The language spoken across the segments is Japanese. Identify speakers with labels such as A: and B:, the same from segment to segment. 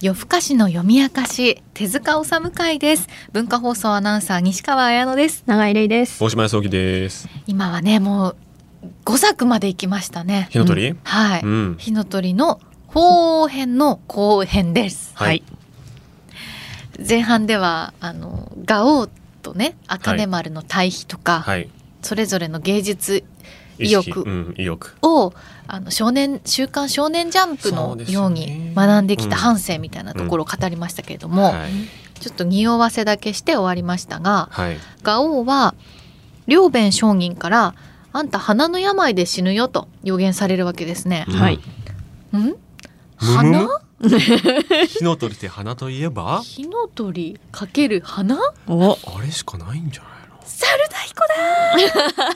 A: 夜更かしの読み明かし手塚治虫会です文化放送アナウンサー西川彩乃です
B: 長井玲です。
C: 大島康之です。
A: 今はねもう5作まで行きましたね
C: 火の鳥、
A: はい、
C: うん
A: 火の鳥の後編の後編です
C: はいはい
A: 前半ではあのガオーとね茜丸の対比とか、
C: はい。
A: それぞれの芸術意
C: 識
A: 欲
C: うん、意欲。
A: をあの少年週刊少年ジャンプ
C: そう
A: の
C: ですね
A: ように学んできた
C: うん
A: 半生みたいなところを語りましたけれども、
C: はい。
A: ちょっと匂わせだけして終わりましたが
C: はい。
A: ガオーは両弁商人から「あんた鼻の病で死ぬよ」と予言されるわけですね。
B: はい
A: ん
C: むむむ
A: 花
C: 火の鳥って花といえば。
A: 火の鳥かける花
B: お、
C: あれしかないんじゃない
A: 猿太彦だ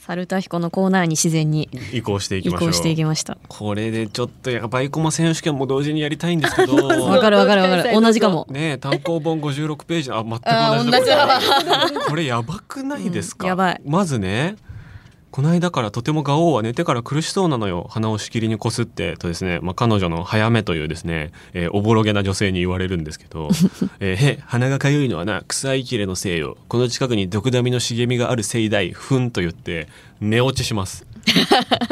B: サルタヒコのコーナーに自然に
C: の。移行していき
B: 移
C: ましょう。
B: 行していきました。
C: これでちょっとやっぱバイコマ選手権も同時にやりたいんですけど。
B: わかるわかるわかる。同じかも。
C: ねえ、単行本56ページ、あ、全
A: あー
C: く同じだ。 これやばくないですか。
B: うんやばい
C: まずね。この間からとてもガオーは寝てから苦しそうなのよ鼻をしきりにこすってとですね、まあ、彼女の早めというですね、えーおぼろげな女性に言われるんですけど 「えーへ鼻がかゆいのはな臭いきれのせいよこの近くに毒ダミの茂みがある盛大ふん」と言って寝落ちし ます。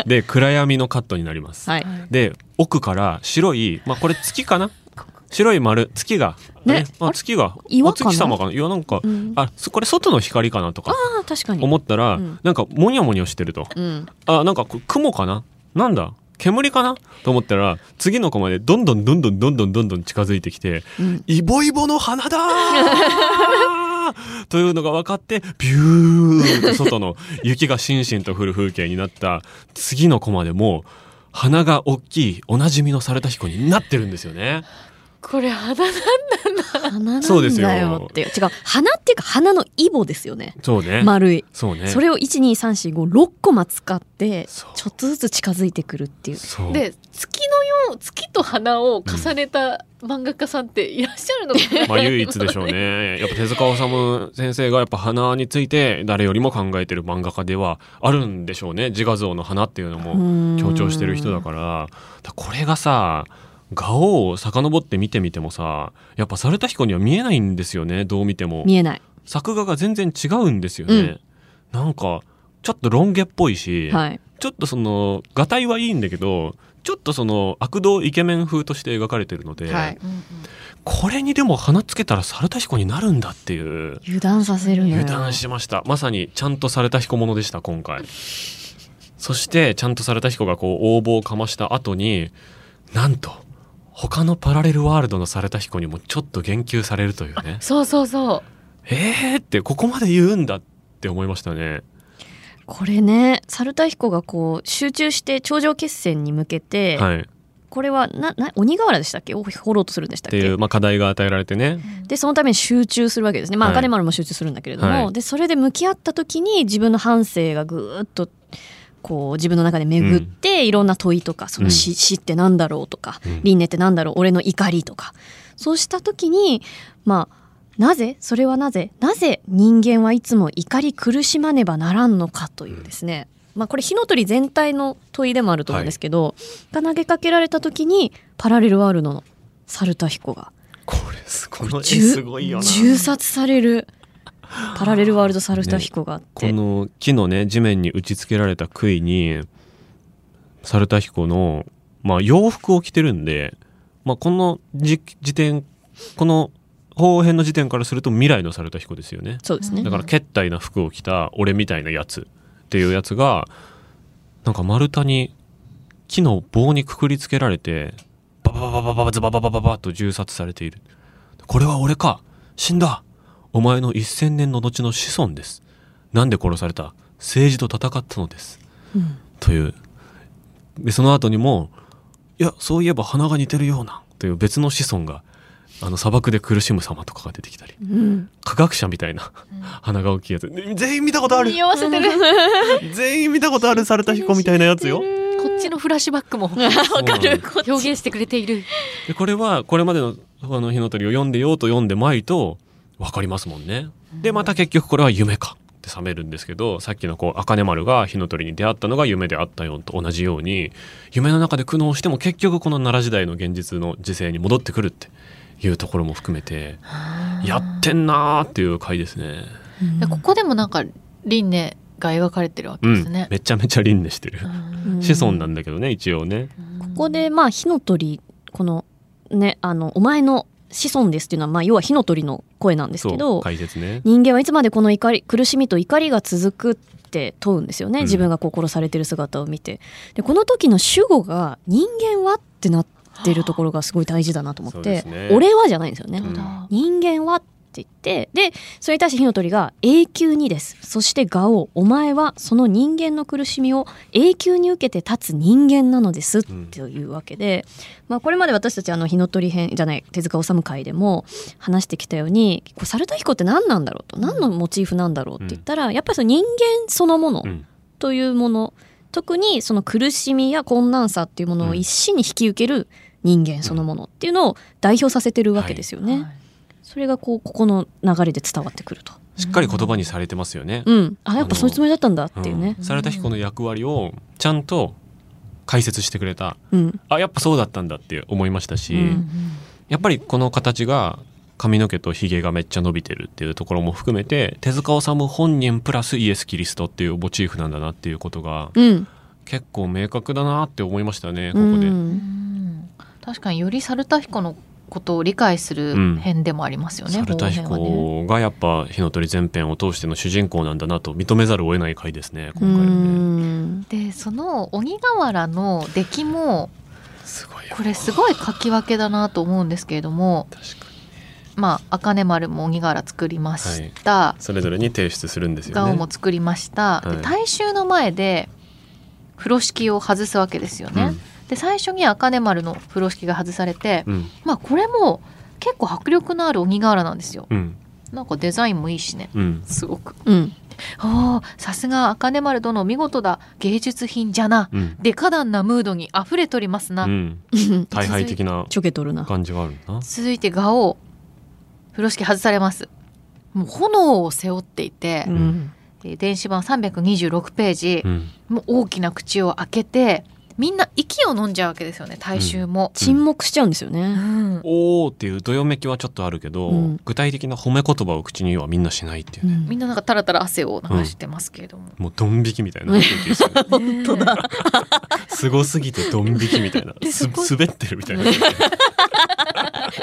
C: で暗闇のカットになります。
B: はい。
C: で奥から白い、まあ、これ月かな白い丸月が、
B: ね
C: ねあ、月が
B: 岩
C: お
B: かな
C: 月様かないやなんか、
B: うん
C: あそこれ外の光かなとか
B: ああ確かに。
C: 思ったら、
B: うん
C: なんかモニョモニョしてると
B: うん。
C: あなんかこ雲かななんだ煙かなと思ったら次の子までどんどんどんどんどんどんどんどん近づいてきて
B: うん
C: 「イボイボの花 だーというのが分かってビューンと外の雪がしんしんと降る風景になった次の子までもう花が大きいおなじみの猿田彦になってるんですよね。
A: これ花だ
B: 花なん
C: そうです
B: だよ
C: よ
B: っていう。違う。花っていうか花のイボですよね。
C: そうね。
B: 丸い。
C: そうね。
B: それを一二三四五六個も使ってち
C: そう
B: ょっとずつ近づいてくるっていう。
C: そう
A: で月のよう月と花を重ねた漫画家さんっていらっしゃるのかな、
C: まあ唯一でし ょうね。やっぱ手塚治虫先生がやっぱ花について誰よりも考えてる漫画家ではあるんでしょうね。自画像の花っていうのも強
B: 強
C: 調してる人だから。だこれがさ、画王を遡って見てみてもさ、やっぱ猿田彦には見えないんですよね。どう見ても。
B: 見えない。
C: 作画が全然違うんですよね。なんか、ちょっとロン毛っぽいし、
B: はい。
C: ちょっとその、画体はいいんだけど、ちょっとその悪童イケメン風として描かれてるので、
B: はい
A: うんうん
C: これにでも鼻つけたら猿田彦になるんだっていう
B: 油断させるのよ。
C: 油断しましたまさにちゃんと猿田彦ものでした今回そしてちゃんと猿田彦がこう応募をかました後になんと他のパラレルワールドの猿田彦にもちょっと言及されるという ね
A: そうそうそう
C: えーってここまで言うんだって思いましたね
B: これね、猿田彦がこう集中して頂上決戦に向けて、
C: はいっ
B: これはなな鬼瓦でしたっけを掘ろうとするんでしたってけ
C: いう、まあ、課題が与えられてね
B: でそのために集中するわけですね、まあ、
C: はい
B: 茜丸も集中するんだけれども、
C: はい
B: でそれで向き合った時に自分の反省がぐーっとこう自分の中で巡って、いろんな問いとかその死,、死ってなんだろうとか
C: うん
B: 輪廻ってなんだろう俺の怒りとかそうした時にまあなぜそれはなぜなぜ人間はいつも怒り苦しまねばならんのかというですね、まあこれ火の鳥全体の問いでもあると思うんですけど、が投げかけられた時にパラレルワールドの猿田彦が
C: これすこの絵
B: 銃
C: すごいよな
B: 銃殺されるパラレルワールドサルタヒコがあって、
C: この木のね地面に打ち付けられた杭に猿田彦の、まあ、洋服を着てるんで、まあ、この時時点この後編の時点からすると未来の猿田彦ですよね
B: そうですね
C: だからけったいな服を着た俺みたいなやつっていうやつがなんか丸太に木の棒にくくりつけられてバババババババズバババババッと銃殺されているこれは俺か死んだお前の1000年の後の子孫ですなんで殺された政治と戦ったのです
B: うん
C: というでその後にもいやそういえば鼻が似てるようなという別の子孫があの砂漠で苦しむ様とかが出てきたり
B: うん
C: 科学者みたいな鼻が大きいやつね全員見たことある
A: 匂わせてるこ
C: 全員見たことある猿田彦みたいなやつよ
A: っちのフラッシュバックも
C: わかる
A: 表現してくれている
C: でこれはこれまでの「あの火の鳥」を読んでようと読んでまいと分かりますもんねでまた結局これは夢かってって覚めるんですけどさっきのこう茜丸が火の鳥に出会ったのが夢であったよと同じように夢の中で苦悩しても結局この奈良時代の現実の時勢に戻ってくるっていうところも含めてやってんなーっていう回ですね。
A: でここでもなんか輪廻が描かれてるわけ
C: う
A: です
C: ん、
A: ね。
C: めちゃめちゃ輪廻してる
A: う。ん
B: うん
C: 子孫なんだけどね一応ね。
B: ここでまあ火の鳥このねあのお前の子孫ですっていうのはまあ要は火の鳥の声なんです
C: そ
B: け
C: う
B: ど
C: 解説ね。
B: 人間はいつまでこの怒り苦しみと怒りが続くって問うんですよね、
C: うん
B: 自分がこう殺されてる姿を見てでこの時の主語が「人間は?」ってなってるところがすごい大事だなと思
C: そう
B: っ
C: で
B: て
C: すね
B: 「俺は?」じゃないんですよね。
C: うん
A: だ
B: 人間はって言ってでそれに対して火の鳥が「永久にです」そして「ガオお前はその人間の苦しみを永久に受けて立つ人間なのです」というわけで、まあ、これまで私たちあの火の鳥編じゃない手塚治虫会でも話してきたようにこうサルタヒコって何なんだろうと何のモチーフなんだろうって言ったら、やっぱりその人間そのもの
C: うん
B: というもの、特にその苦しみや困難さっていうものを一身に引き受ける人間そのものっていうのを代表させてるわけですよね。
A: はい
B: それがこうここの流れで伝わってくると。
C: しっかり言葉にされてますよね。
B: うん、あやっぱそういうつもりだったんだっていうね
C: う。ん猿田彦の役割をちゃんと解説してくれた
B: うん、
C: あやっぱそうだったんだって思いましたし、
B: うん
C: やっぱりこの形が髪の毛とひげがめっちゃ伸びてるっていうところも含めて手塚治虫本人プラスイエス・キリストっていうモチーフなんだなっていうことが
B: うん、
C: 結構明確だなって思いましたねこ
B: う
C: こで。
B: ん、
A: 確かにより猿田彦のことを理解する編でもありますよね。
C: 猿田
A: この辺はね
C: 彦がやっぱ火の鳥全編を通しての主人公なんだなと認めざるを得ない回ですね今
B: う
C: 回はね。
B: ん、
A: でその鬼瓦の出来も
C: すごいよ
A: これすごい書き分けだなと思うんですけれども
C: 確かに
A: まあ茜丸も鬼瓦作りました、
C: それぞれに提出するんですよね。
A: ガオも作りました、
C: は
A: で
C: い
A: 大衆の前で風呂敷を外すわけですよね、で最初に茜丸の風呂敷が外されて、
C: うんうん
A: まあこれも結構迫力のある鬼瓦なんですよ
C: うん
A: なんかデザインもいいしね
C: うん
A: すごく
B: うん、
A: あーさすが茜丸殿見事だ芸術品じゃな
C: うん
A: デカダンなムードに溢れとりますな、
C: うん、大敗的な
B: ちょけとるな。
C: 感じがあるんだな。
A: 続いてガオ風呂敷外されますもう炎を背負っていて
B: う、ん、
A: えー電子版326ページ、
C: うん、
A: もう大きな口を開けてみんな息を飲んじゃうわけですよね大衆も、
B: 沈黙しちゃうんですよ
A: う
B: ね。
A: ん
C: おーっていうどよめきはちょっとあるけど、
B: うん
C: 具体的な褒め言葉を口にはみんなしないっていうね、
A: みんななんかタラタラ汗を流してますけれども、
C: もうドン引きみたいな雰囲気ですよね
A: 本当だ
C: すごすぎてドン引きみたいな
B: でそこ
C: す滑ってるみたいな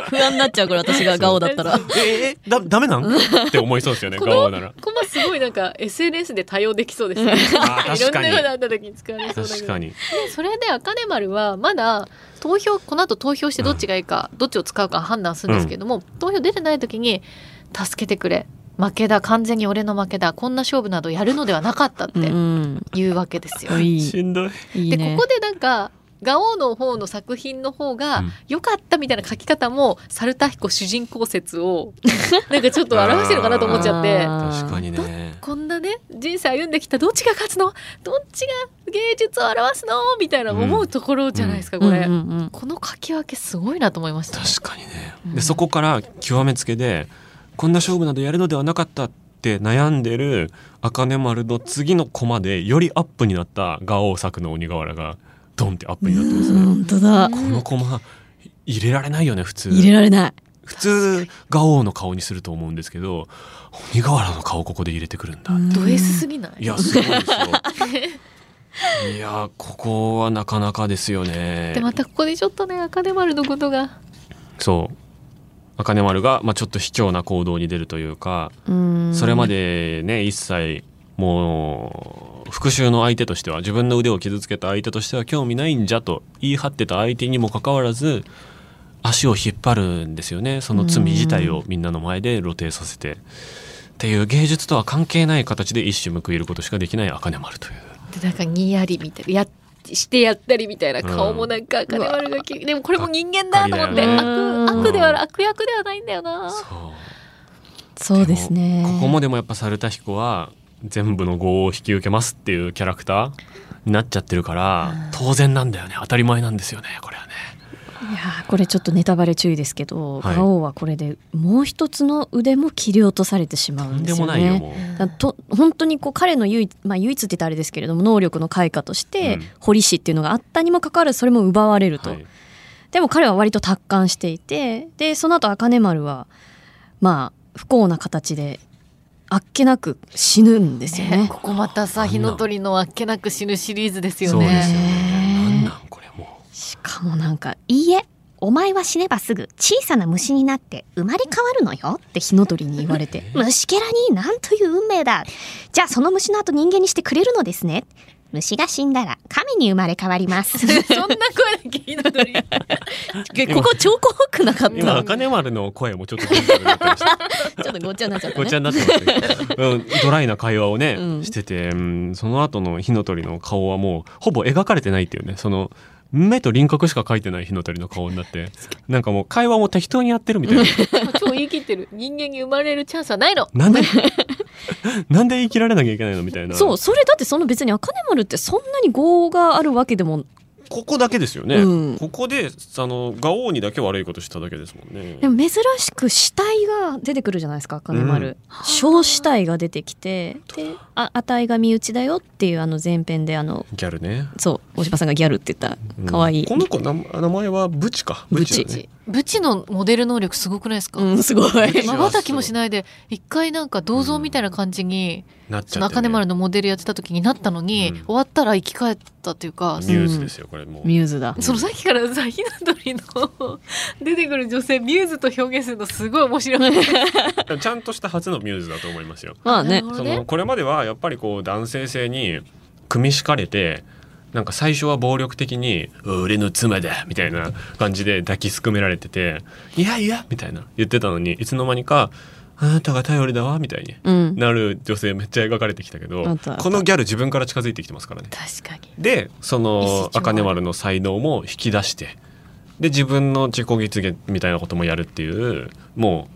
B: 不安になっちゃうこれ私がガオだっ たら。
C: えー、だダメなんって思いそうですよね
A: この
C: ガオなら
A: ここはすごいなん か SNS で対応できそうですね
C: あ ー確かに
A: あった時に使われ
C: 確かに
A: それで茜丸はまだ投票この後投票してどっちがいいか、どっちを使うか判断するんですけども、投票出てない時に「助けてくれ負けだ完全に俺の負けだこんな勝負などやるのではなかった」っ
B: う
A: て
B: ん、
A: 言うわけですよ。
B: いい、
C: しんどい
B: いい
A: で
B: ね
A: ここ。でなんかガオの方の作品の方
C: う
A: が
C: ん
A: 良かったみたいな書き方も猿田彦主人公説 をなんかちょっと表してるのかなと思っちゃって
B: あー
C: 確かにね
A: こんなね人生歩んできたどっちが勝つのどっちが芸術を表すのみたいな思うところじゃないですか、これ、
B: うんうんうん
A: この書き分けすごいなと思いました
C: 確かにね
A: うん
C: でそこから極めつけでこんな勝負などやるのではなかったって悩んでる茜丸の次のコマでよりアップになったガオ作の鬼瓦がドンってアップになってますね
B: 本当だ。
C: このコマ入れられないよね普通
B: 入れられない。
C: 普通ガオの顔にすると思うんですけど鬼瓦の顔ここで入れてくるんだ、
A: ド S すぎない
C: いやすごいですよ いやここはなかなかですよね
A: でまたここでちょっとね茜丸のことが
C: そう茜丸が、まあ、ちょっと卑怯な行動に出るというか
B: うん
C: それまでね一切もう復讐の相手としては自分の腕を傷つけた相手としては興味ないんじゃと言い張ってた相手にもかかわらず足を引っ張るんですよねその罪自体をみんなの前で露呈させてっていう芸術とは関係ない形で一矢報いることしかできない茜丸という
A: でなんかにやりみたいなやっしてやったりみたいな顔もなんか茜丸がき、でもこれも人間だと思って
C: が
B: っ
A: 悪
B: か
A: 悪
B: りだよね
A: では
C: うん
A: 悪役ではないんだよな
C: そう
B: そうですね。
C: ここもでもやっぱ猿田彦は全部の業を引き受けますっていうキャラクターになっちゃってるから当然なんだよね当たり前なんですよねこれはね
B: いやーこれちょっとネタバレ注意ですけど、
C: はい
B: 馬王はこれでもう一つの腕も切り落とされてしま
C: と
B: うん
C: ん
B: で
C: です
B: よ
C: も
B: ね。
C: ないよもう。
B: だと本当にこう彼の唯一,、まあ、唯一って言ったらあれですけれども能力の開花として
C: うん
B: 堀氏っていうのがあったにもかかわらずそれも奪われると、
C: はい
B: でも彼は割と達観していてでその後茜丸はまあ不幸な形であっけなく死ぬんですよね。
A: ここまたさ
C: あんな
A: 火の鳥のあっけなく死ぬシリーズですよ
C: そう
A: ね
C: ですよね。
B: ね
C: なんなんこれも
B: しかもなんか「いいえお前は死ねばすぐ小さな虫になって生まれ変わるのよ」って火の鳥に言われて 「虫けらになんという運命だじゃあその虫の後人間にしてくれるのですね」虫が死んだら神に生まれ変わります
A: そんな声だけ火の鳥
B: ここ超怖くなかっ
C: う今
B: た
C: 茜丸の声もちょっと変になってました。
B: ちょっとごっちゃになっちゃった
C: ご
B: ね
C: ちゃになってますけど、うん、ドライな会話をね、
B: うん
C: してて、うんその後の火の鳥の顔はもうほぼ描かれてないっていうねその目と輪郭しか描いてない火の鳥の顔になってなんかもう会話も適当にやってるみた いな
A: 超言い切ってる人間に生まれるチャンスはないの
C: なんでなんで生きられなきゃいけないのみたいな
B: そうそれだってその別に茜丸ってそんなに業があるわけでも
C: ここだけですよね、
B: うん
C: ここであのガオにだけ悪いことしただけですもんね
B: でも珍しく死体が出てくるじゃないですか茜
C: う
B: 丸
C: ん
B: 小死体が出てきてであ値が身内だよっていうあの前編であの
C: ギャルね
B: そう大島さんがギャルって言った
C: うん
B: 可愛い
C: この子名名前はブチかブチだね
A: ブチのモデル能力すごくないですか
B: うんすごい
C: チ
A: まばたきもしないで一回なんか銅像みたいな感じに、
C: なっち
A: そ
C: ゃ
A: の
C: って、
A: 茜
C: ね、
A: 丸のモデルやってた時になったのに、
C: うん
A: 終わったら生き返ったっていうか、
C: ミューズですよこれもう
B: ミューズだ
A: そのさっきからさひな鳥の出てくる女性ミューズと表現するのすごい面白い。
C: ちゃんとした初のミューズだと思いますよ。
B: まあ
A: な
B: ね
A: るほ
C: そ
A: どね
C: のこれまではやっぱりこう男性性に組み敷かれてなんか最初は暴力的に「俺の妻だ」みたいな感じで抱きすくめられてて「いやいや」みたいな言ってたのにいつの間にか「あなたが頼りだわ」みたいに
B: うん
C: なる女性めっちゃ描かれてきたけど
B: あったあった
C: このギャル自分から近づいてきてますからね。
A: 確かに。
C: でその
A: 一石二鳥
C: 茜丸の才能も引き出してで自分の自己実現みたいなこともやるっていうもう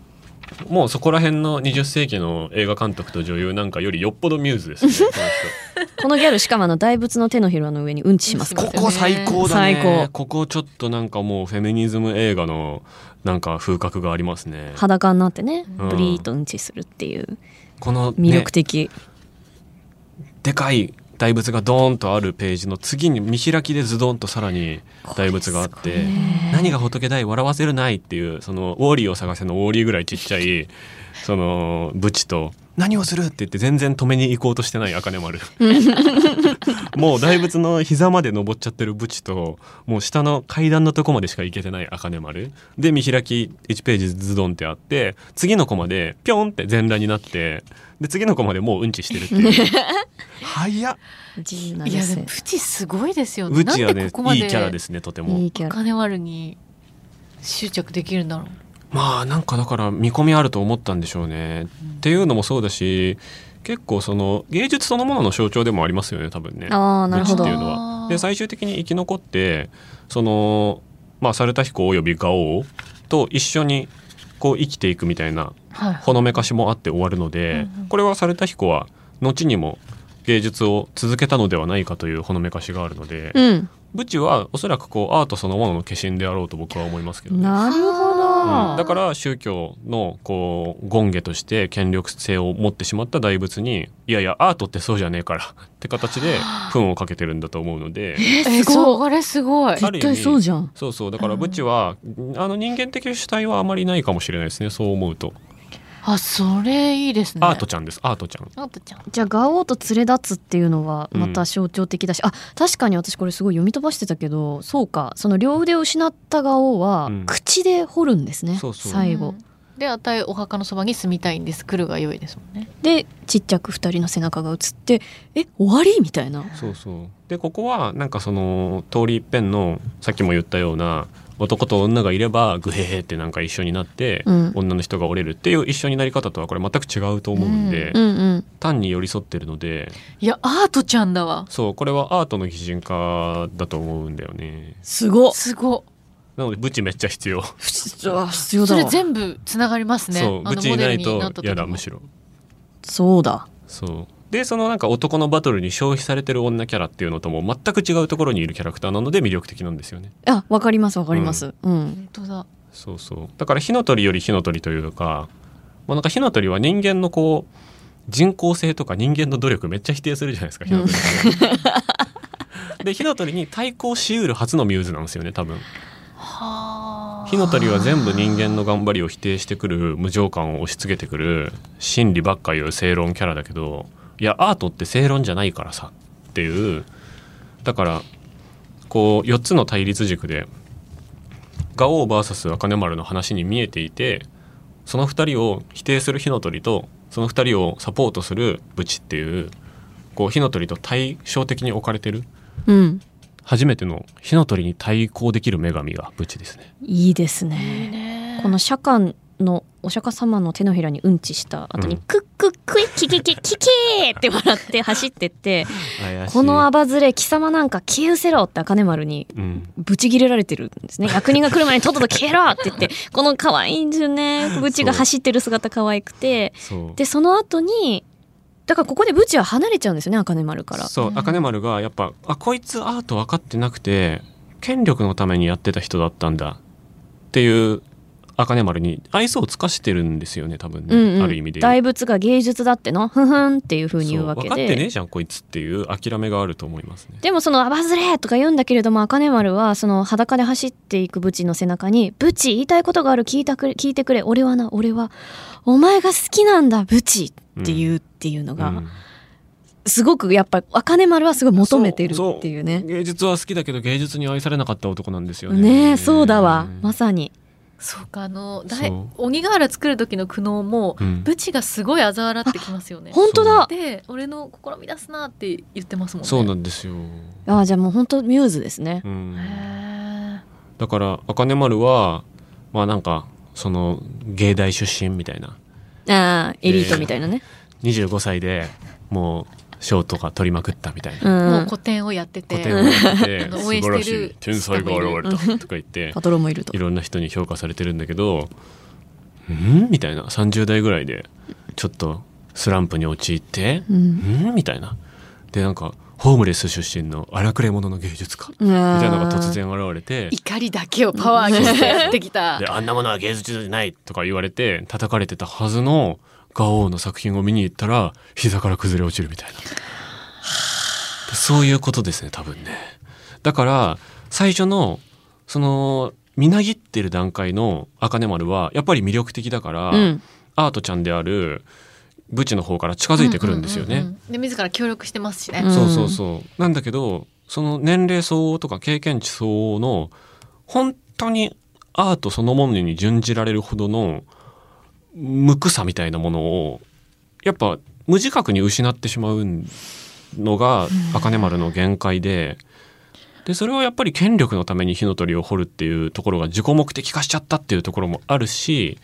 C: もうそこら辺の20世紀の映画監督と女優なんかよりよっぽどミューズですね こ
B: このギャルしかもあの大仏の手のひらの上にうんちします
C: の
B: か
A: うん
B: ら
C: 人ここ最高だね
B: 最高
C: ここちょっとなんかもうフェミニズム映画のなんか風格がありますね
B: 裸になってね
C: うん
B: ブリーとうんちするっていう
C: この、
B: 魅
C: ね
B: 力、的
C: でかい大仏がドーンとあるページの次に見開きでズドンとさらに大仏があっ
B: これ
C: て、
B: すごいね
C: 何が仏だい笑わせるないっていうそのウォーリーを探せのウォーリーぐらいちっちゃいそのブチと何をするって言って全然止めに行こうとしてない茜丸もう大仏の膝まで登っちゃってるブチともう下の階段のとこまでしか行けてない茜丸で見開き1ページズドンってあって次のコマでピョンって全裸になってで次のコマでもううんちしてるっていう 早っ
B: 自由ない
A: やでも
B: 女性
A: プチすごいですよね。
C: ブチは
A: なん
C: ね
A: でここまで
C: いいキャラですねとても
B: いいキャラ
A: 金丸に執着できるんだろう。
C: まあなんかだから見込みあると思ったんでしょうね。っていうのもそうだし結構その芸術そのものの象徴でもありますよね多分ね。
B: ああなるほ
C: ブ
B: ど
C: チっていうの
A: あ
C: は。
A: ー
C: で最終的に生き残ってそのまあ猿田彦およびガオウと一緒にこう生きていくみたいな
A: はい。
C: ほのめかしもあって終わるので、
A: うんうん
C: これは猿田彦は後にも芸術を続けたのではないかというほのめかしがあるので、
B: うん
C: ブチはおそらくこうアートそのものの化身であろうと僕は思いますけどね。
B: なるほ
A: あ
B: ど
A: ー
C: だから宗教のこう権下として権力性を持ってしまった大仏にいやいやアートってそうじゃねえから って形で糞をかけてるんだと思うので
A: え
B: すごい
A: そうあれすごい。
C: あ
B: 絶対そうじゃん
C: そうそうだからブチはあの人間的主体はあまりないかもしれないですねそう思うと
A: あそれいいですね。
C: アートちゃんですアートちゃん
A: アートちゃん。
B: じゃあガオーと連れ立つっていうのは
C: うん
B: また象徴的だし、あ確かに私これすごい読み飛ばしてたけどそうかその両腕を失ったガオーは
C: うん
B: 口で掘るんですね、
C: そうそう
B: 最後、
A: うんであたいお墓のそばに住みたいんです来るが良いですもんね
B: でちっちゃく2人の背中が映ってえ終わりみたいな
C: そうそうでここはなんかその通り一遍のさっきも言ったような男と女がいればグヘヘってなんか一緒になって、
B: うん
C: 女の人が折れるっていう一緒になり方とはこれ全く違うと思うんで、
B: うんうん
C: 単に寄り添ってるので
A: いやアートちゃんだわ
C: そうこれはアートの擬人化だと思うんだよね
B: すごっ
A: すご
C: なのでブチめっちゃ必要、
B: ふしうわ必
A: い
B: 要
A: そ
B: だ
A: れ
B: わそ
A: 全部つながりますね
C: そう
A: あ
C: ブ
A: の
C: チい
A: モデ
C: な
A: ル
C: い
A: になった
C: と
A: 時
C: やだ
A: も
C: むしろ
B: うだ
C: そうでそのなんか男のバトルに消費されてる女キャラっていうのとも全く違うところにいるキャラクターなので魅力的なんですよね。
B: あわかりますわかります、うん
A: 本当だ
C: そうそうだから火の鳥より火の鳥というか、まあ、なんか火の鳥は人間のこう人工性とか人間の努力めっちゃ否定するじゃないですか火の鳥 って。で火の鳥に対抗しうる初のミューズなんですよね多分
A: はあ
C: 火の鳥は全部人間の頑張りを否定してくる無情感を押し付けてくる真理ばっか言う正論キャラだけどいやアートって正論じゃないからさっていうだからこう4つの対立軸でガオー VS 茜丸の話に見えていてその2人を否定する火の鳥とその2人をサポートするブチっていうこう火の鳥と対照的に置かれてる
B: うん、
C: 初めての火の鳥に対抗できる女神がブチですね。
B: いいです
A: いい
B: ね
A: ね
B: この釈迦のお釈迦様の手のひらにうんちした後に、
C: うん
B: クックックイキキキキキーって笑 って走ってってこのアバズレ貴様なんか消えうせろって茜丸に
C: うん、
B: ブチ切れられてるんですね 役人が来る前にとっとと消えろって言ってこの可愛いんですよ ねブチが走ってる姿可愛くて
C: そう
B: でその後にだからここでブチは離れちゃうんですよね茜丸から
C: そう
A: うん
C: 茜丸がやっぱあこいつアート分かってなくて権力のためにやってた人だったんだっていう茜丸に愛想を尽かしてるんですよね多分ね、
B: うんうん
C: ある意味で言う
B: 大仏が芸術だってのふんふんっていう風に言うわけ
C: そう分かってね
B: で
C: えじゃんこいつっていう諦めがあると思いますね
B: でもその「アバズレ!」とか言うんだけれども茜丸はその裸で走っていくブチの背中に「ブチ言いたいことがある聞いたくれ聞いてくれ俺はな俺はお前が好きなんだブチ」っていうっていうの
C: う
B: が
C: ん
B: すごくやっぱ茜丸はすごい求めてるっていうね。
C: 芸術は好きだけど芸術に愛されなかった男なんですよね
B: ねえそうだわ
C: ん
B: まさに
A: そうかあのだい
C: そう
A: 鬼瓦作る時の苦悩も
C: うん
A: ブチがすごい嘲笑ってきますよね
B: 本当だ
A: で俺の試み出すなって言ってますもんね
C: そうなんですよ、
B: ああじゃあもう本当ミューズですね
C: うん
A: へ
C: だから茜丸はまあなんかその芸大出身みたいな
B: ああエリートみたいなね、
C: 25歳でもう賞とか取りまくったみたいな
B: う
A: え
B: ん
A: もう古典をやってて
C: 古典をやってて
A: うん
C: 素
A: 応援
C: 晴ら
A: し
C: して
A: る
C: い天才が現れたとか言って
B: パトロンもいると
C: いろんな人に評価されてるんだけどんみたいな30代ぐらいでちょっとスランプに陥って
B: うん
C: んみたいなでなんかホームレス出身の荒くれ者の芸術家み
B: みたい
C: たいなのが突然現れて
A: 怒りだけをパワーにしてやってきた
C: であんなものは芸術じゃないとか言われて叩かれてたはずのガオーの作品を見に行ったら膝から崩れ落ちるみたいなでそういうことですね多分ねだから最初のそのみなぎってる段階の茜丸はやっぱり魅力的だから、
B: うん
C: アートちゃんであるブチの方から近づいてくるんですよ
A: う
C: ね、
A: ううんうんで自ら協力してますしね、
B: うん
C: そうそうそう。なんだけど、その年齢相応とか経験値相応の、本当にアートそのものに準じられるほどの無垢さみたいなものを、やっぱ無自覚に失ってしまうのが、茜丸の限界で、で、それはやっぱり権力のために火の鳥を掘るっていうところが自己目的化しちゃったっていうところもあるし、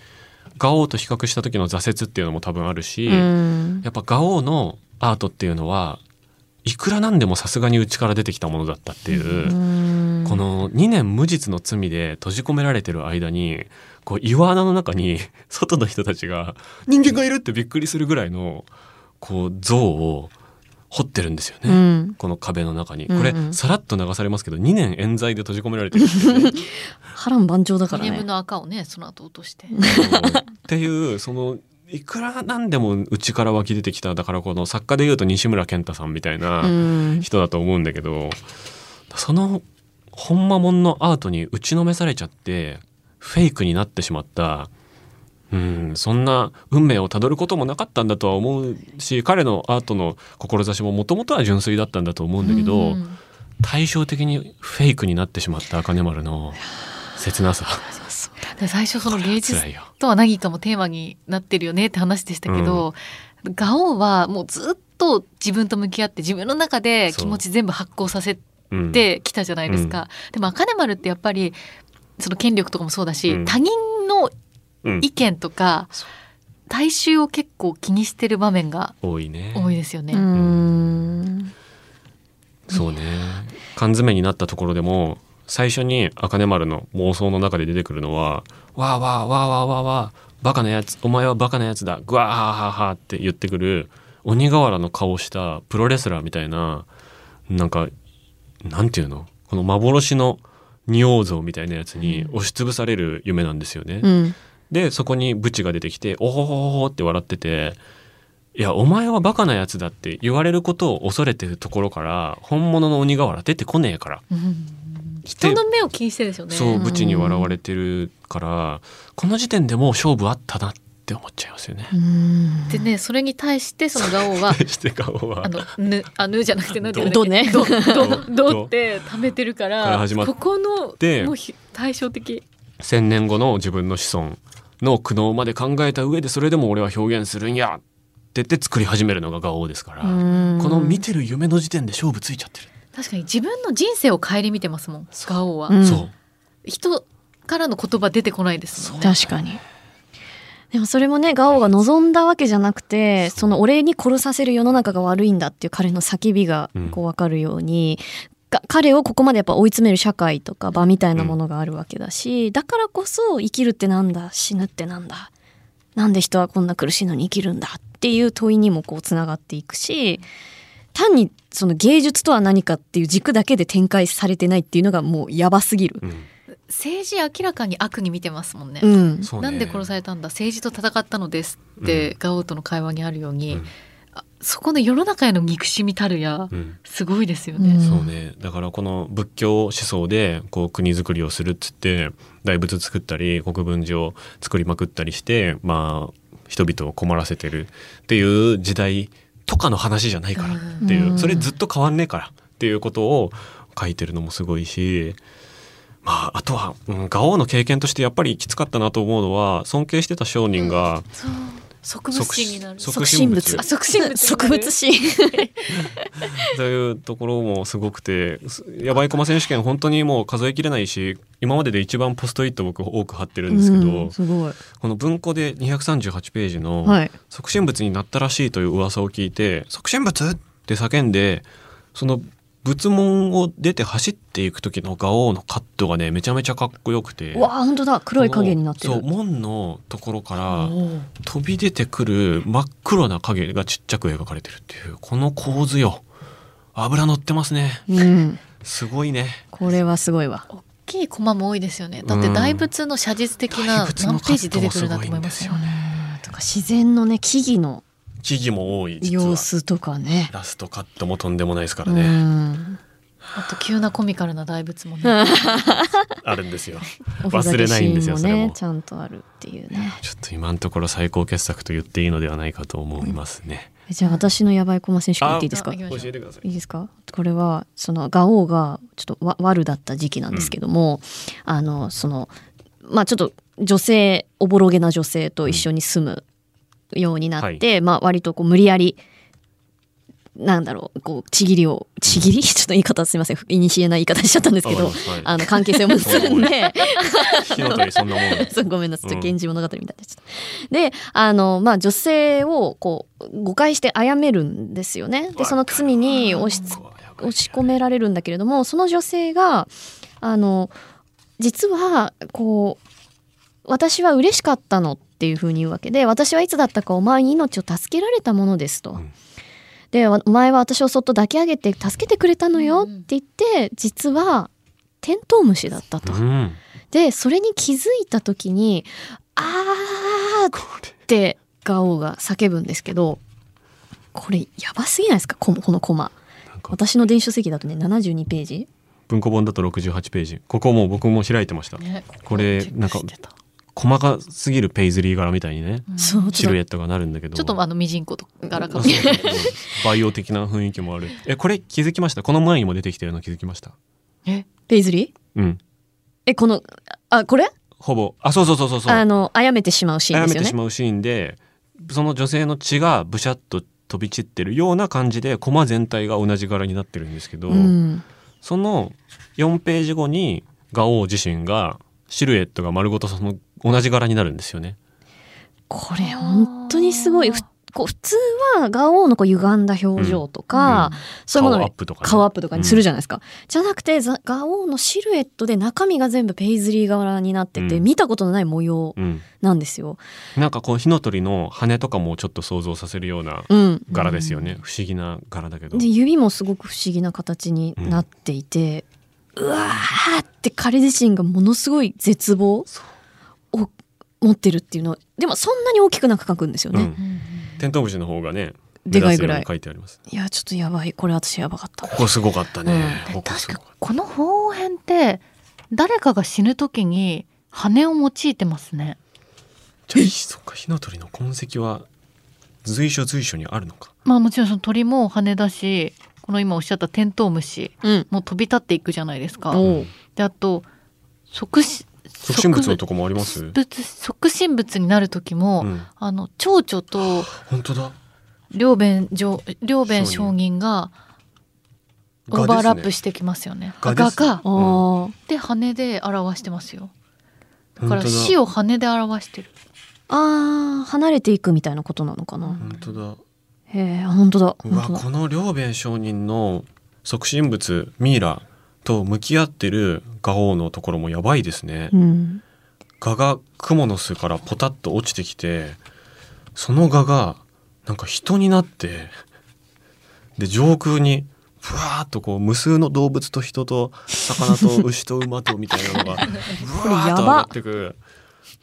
C: ガオーと比較した時の挫折っていうのも多分あるし、
B: うん
C: やっぱガオーのアートっていうのはいくらなんでもさすがにうちから出てきたものだったっていう、
B: うん
C: この2年無実の罪で閉じ込められてる間にこう岩穴の中に 外の人たちが人間がいるってびっくりするぐらいのこう像を掘ってるんですよね。
B: うん
C: この壁の中に
B: うんう
C: こ
B: ん
C: れさらっと流されますけど2年冤罪で閉じ込められてるんですよね
B: 波乱万丈だか
A: 2
B: ら
A: 年
B: ね
A: 分の赤をねその後落として
C: っていうそのいくらなんでもうちから湧き出てきただからこの作家でいうと西村健太さんみたいな、
B: うん
C: 人だと思うんだけどそのほんまもんのアートに打ちのめされちゃってフェイクになってしまったうんそんな運命をたどることもなかったんだとは思うし彼のアートの志ももともとは純粋だったんだと思うんだけど、
A: うん
C: 対照的にフェイクになってしまった茜丸の切なさ
A: で最初その芸術
C: 辛いよ。
A: とは何かもテーマになってるよねって話でしたけど、ガオーはもうずっと自分と向き合って自分の中で気持ち全部発酵させ
C: うん
A: てきたじゃないですか、でも茜丸ってやっぱりその権力とかもそうだし、
C: うん
A: 他人の
C: うん
A: 意見とか
C: そ
A: 大衆を結構気にしてる場面が
C: 多いね
A: 多いですよね。
B: うん
C: そうね缶詰になったところでも最初に茜丸の妄想の中で出てくるのは「わあわあわあわあわあわあバカなやつお前はバカなやつだグワーハーハー」って言ってくる鬼瓦の顔をしたプロレスラーみたいななんかなんていうのこの幻の仁王像みたいなやつに押しつぶされる夢なんですよね。
B: うん
C: でそこにブチが出てきて「おほほほほ」って笑ってて「いやお前はバカなやつだ」って言われることを恐れてるところから本物の鬼瓦出てこねえから、
A: 人の目を気にしてるんですよね。
C: そう
B: うん
C: ブチに笑われてるからこの時点でもう勝負あったなって思っちゃいますよね。
B: うん
A: でねそれに対してそのガオは
C: して顔は
A: あのぬあぬじゃなくてなんて言うん
B: ど
A: だっけ
B: ど
A: どど
C: ど
A: どって溜めてるか
C: から
A: ら
C: 始まって
A: ここの
C: で
A: もうひ対照的
C: 千年後の自分の子孫の苦悩まで考えた上でそれでも俺は表現するんやって言って作り始めるのがガオですから、
B: うん
C: この見てる夢の時点で勝負ついちゃってる、
A: 確かに自分の人生を顧みてますもんガオは、
B: うん
C: そう
A: 人からの言葉出てこないですもんね
B: 確かにでもそれもねガオが望んだわけじゃなくてその俺に殺させる世の中が悪いんだっていう彼の叫びが
C: うん
B: こう分かるように、が彼をここまでやっぱ追い詰める社会とか場みたいなものがあるわけだし、だからこそ生きるってなんだ死ぬってなんだなんで人はこんな苦しいのに生きるんだっていう問いにもこうつながっていくし単にその芸術とは何かっていう軸だけで展開されてないっていうのがもうやばすぎる。
C: うん
A: 政治明らかに悪に見てますもんね、
B: うん、
C: そうね
A: なんで殺されたんだ政治と戦ったのですって、ガオとの会話にあるように、
C: うん
A: あそこの世の中への憎しみたるや
C: うん
A: すごいですよね、
B: うん
C: そうねだからこの仏教思想でこう国づくりをするっつって大仏作ったり国分寺を作りまくったりしてまあ人々を困らせてるっていう時代とかの話じゃないからっていう、
B: うん
C: それずっと変わんねえからっていうことを書いてるのもすごいし。まあ、あとは、うん、ガオの経験としてやっぱりきつかったなと思うのは尊敬してた商人が
A: そう植物心になる
C: 即
B: 即身仏
A: あ即身仏になる
B: 植物心
C: というところもすごくてすやばい駒選手権本当にもう数えきれないし今までで一番ポストイット僕多く貼ってるんですけど、
B: うんすごい
C: この文庫で238ページの
B: はい
C: 「促進物になったらしい」という噂を聞いて「促進物!」って叫んでその仏門を出て走っていく時のガオーのカットがねめちゃめちゃかっこよくて
B: うわあ本当だ黒い影になってる
C: そう門のところから
B: おー
C: 飛び出てくる真っ黒な影がちっちゃく描かれてるっていうこの構図よ油乗ってますね
B: うん
C: すごいね
B: これはすごいわ
A: 大きいコマも多いですよねだって大仏の写実的な
C: 大仏の
A: 何
C: カ
A: ペー
C: ッ
A: ジ
C: ト
A: 出
C: も
A: てく
C: す
A: るな
C: ご
A: と
C: い
A: 思
C: ん
A: い
C: で
A: ますす
C: よ
A: よ
C: ね
B: とか自然のね木々の
C: 木々も多い実は
B: 様子とかね
C: ラストカットもとんでもないですか
B: う
C: らね
B: ん
A: あと急なコミカルな大仏もね
C: あるんですよ
B: おふざ
C: 忘
B: け
C: れないんですよ
B: シ
C: それ
B: ーン
C: も
B: ねちゃんとあるっていうね
C: ちょっと今のところ最高傑作と言っていいのではないかと思いますね、
B: じゃあ私のやばい駒選手権言っていいですか
A: あ行きましょう
C: えてくださ
B: いいですかこれはそのガオーがちょっとわ悪だった時期なんですけども、あのそのまあちょっと女性おぼろげな女性と一緒に住むようになって、まあ割とこう無理やりなんだろうこうちぎりをちぎりちょっと言い方すみませんいにしえない言い方しちゃったんですけど
C: わかりますはい
B: あの関係性を結 んで。
C: 火の鳥そんなもん
B: そうごめんなさい、ちょっと
C: うん
B: 源氏物語みたいになっちゃった。で、あのまあ女性をこう誤解して殺めるんですよね。で、その罪に押しつ押し込められるんだけれども、その女性があの実はこう私は嬉しかったのっていうふうに言うわけで、私はいつだったかお前に命を助けられたものですと。
C: うん
B: でわお前は私をそっと抱き上げて助けてくれたのよって言って実はテントウムシだったと
C: う。ん
B: でそれに気づいた時に「あー」
C: こ
B: ってガオーが叫ぶんですけどこれやばすぎないですかここのコマ
C: れなんか
B: 私の電子書籍だとね72ページ
C: 文庫本だと68ページここもう僕も開いてました、
A: ね
C: これ
A: チェックしてた
C: 細かすぎるペイズリー柄みたいにね
A: うん
B: そう
C: シルエットがなるんだけど
A: ちょっとあのミジンコと柄か
C: あ
A: も
C: そう
A: し
C: そ
A: れ
C: う
A: ない
C: そうバイオ的な雰囲気もあるえこれ気づきましたこの前にも出てきてるの気づきました
A: え
B: ペイズリー
C: うん
B: えこのあこれ
C: ほぼあそうそうそうそうそう
B: あの殺めてしまうシーン
C: や
B: で
C: め
B: すよ
C: てし
B: ね
C: まうシーンでその女性の血がブシャッと飛び散ってるような感じでコマ全体が同じ柄になってるんですけど、
B: うん
C: その4ページ後にガオウ自身がシルエットが丸ごとその同じ柄になるんですよね。
B: これ本当にすごい
A: あー
B: こう普通はガオのこう歪んだ表情とか、そういうもの
C: 顔ア
B: で
C: ップとかね、
B: 顔アップとかにするじゃないですか、じゃなくてざガオのシルエットで中身が全部ペイズリー柄になってて、
C: うん
B: 見たことのない模様
C: うん、
B: なんですよ。
C: なんかこう火の鳥の羽とかもちょっと想像させるような
B: うん、
C: 柄ですよね、不思議な柄だけど
B: で指もすごく不思議な形になっていて、うわーって彼自身がものすごい絶望を持ってるっていうのはでもそんなに大きくなく描くんですよ
C: う
B: ね。
C: ん、テントウムシの方がね
B: でかい
C: 目立つ
B: ぐ
C: よ
B: ら
C: う
B: い
C: に書いてあります
B: いやちょっとやばいこれ私やばかった
C: こ。こすごかったね、
A: で
C: ここ
A: 確
C: すご
A: か
C: かっ
A: この方編って誰かが死ぬ時に羽を用いてますね
C: たじゃあそっか火の鳥の痕跡は随所随所にあるのか
A: まあもちろんその鳥も羽だしこの今おっしゃったテントウムシ
B: うん。
A: も飛び立っていくじゃないですか
B: おう
A: であと即死
C: 促進物のとこもあります、う
A: 植物即身仏になる時も、
C: ん、
A: あの蝶々と
C: 本当だ
A: 両弁上両弁
C: 商
A: 商
C: 人
A: 人が
C: 蛾
A: オーバーラッ
C: で
A: プ
C: すね
A: してきますよね。
C: 蛾
A: 画
C: ですね
A: か
B: あー
A: で羽で表してますよ。だから
C: 本当だ
A: 死を羽で表してる。
B: あー離れていくみたいなことなのかな。
C: 本当だ
B: へえあ本当だ
C: うわ
B: 本当だ。
C: この両弁商人の促進物ミイラと向き合ってるガオのところもやばいですね、
B: うん。
C: 蛾がクモの巣からポタッと落ちてきてその蛾がなんか人になってで上空にふわーっとこう無数の動物と人と魚と牛と馬とみたいなのがふわーっと上がってく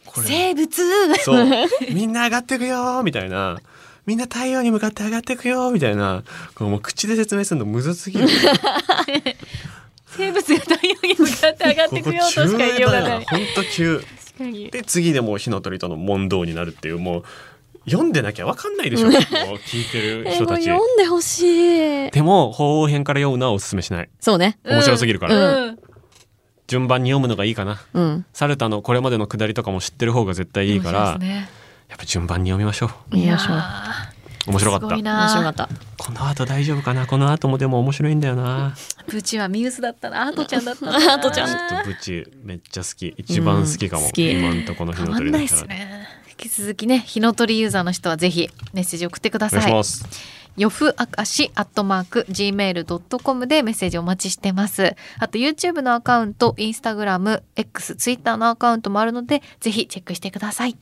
C: こ
B: 生物
C: そうみんな上がってくよーみたいなみんな太陽に向かって上がってくよーみたいなこうもう口で説明するのむずすぎる
A: 生物が太陽に向かって上がっ
C: こ
A: て
C: こ
A: くようとし
C: 中
A: か言いようがな。
C: だないほんと急
A: 確かに。
C: で次でもう火の鳥との問答になるっていうもう読んでなきゃわかんないでしょもう聞いてる
B: え
C: 人
B: もう
C: たち
B: 読んでほしい。
C: でも法王編から読むのはおすすめしない
B: そうね。
C: 面白すぎるから、
A: うんうん
C: 順番に読むのがいいかな
B: うん。
C: サルタのこれまでのくだりとかも知ってる方が絶対いいから
A: 面白ですね
C: やっぱ順番に読みましょ
A: いや
B: 面白い
C: 面白かった
A: すごい
B: 面白か
A: な
B: っ。た。
C: うこの後大丈夫かなこの後もでも面白いんだよな
A: プーチンはミウスだったな。アートちゃんだったな。
B: アートちゃん
C: ちょっとブチめっちゃ好き一番好きかも、
B: うん好き
C: 今んとこの火
A: た
C: の
A: まん
C: 鳥
A: な
C: だ
A: い
C: っ
A: で
C: た
A: す
C: ら
A: ね。引き続きね、火の鳥ユーザーの人はぜひメッセージ送ってくだ
C: お願い
A: さ
C: し
A: い。
C: ます
A: よふあかしアットマーク gmail.com でメッセージお待ちしてます。あと YouTube のアカウント、Instagram、X、Twitter のアカウントもあるので、ぜひチェックしてください。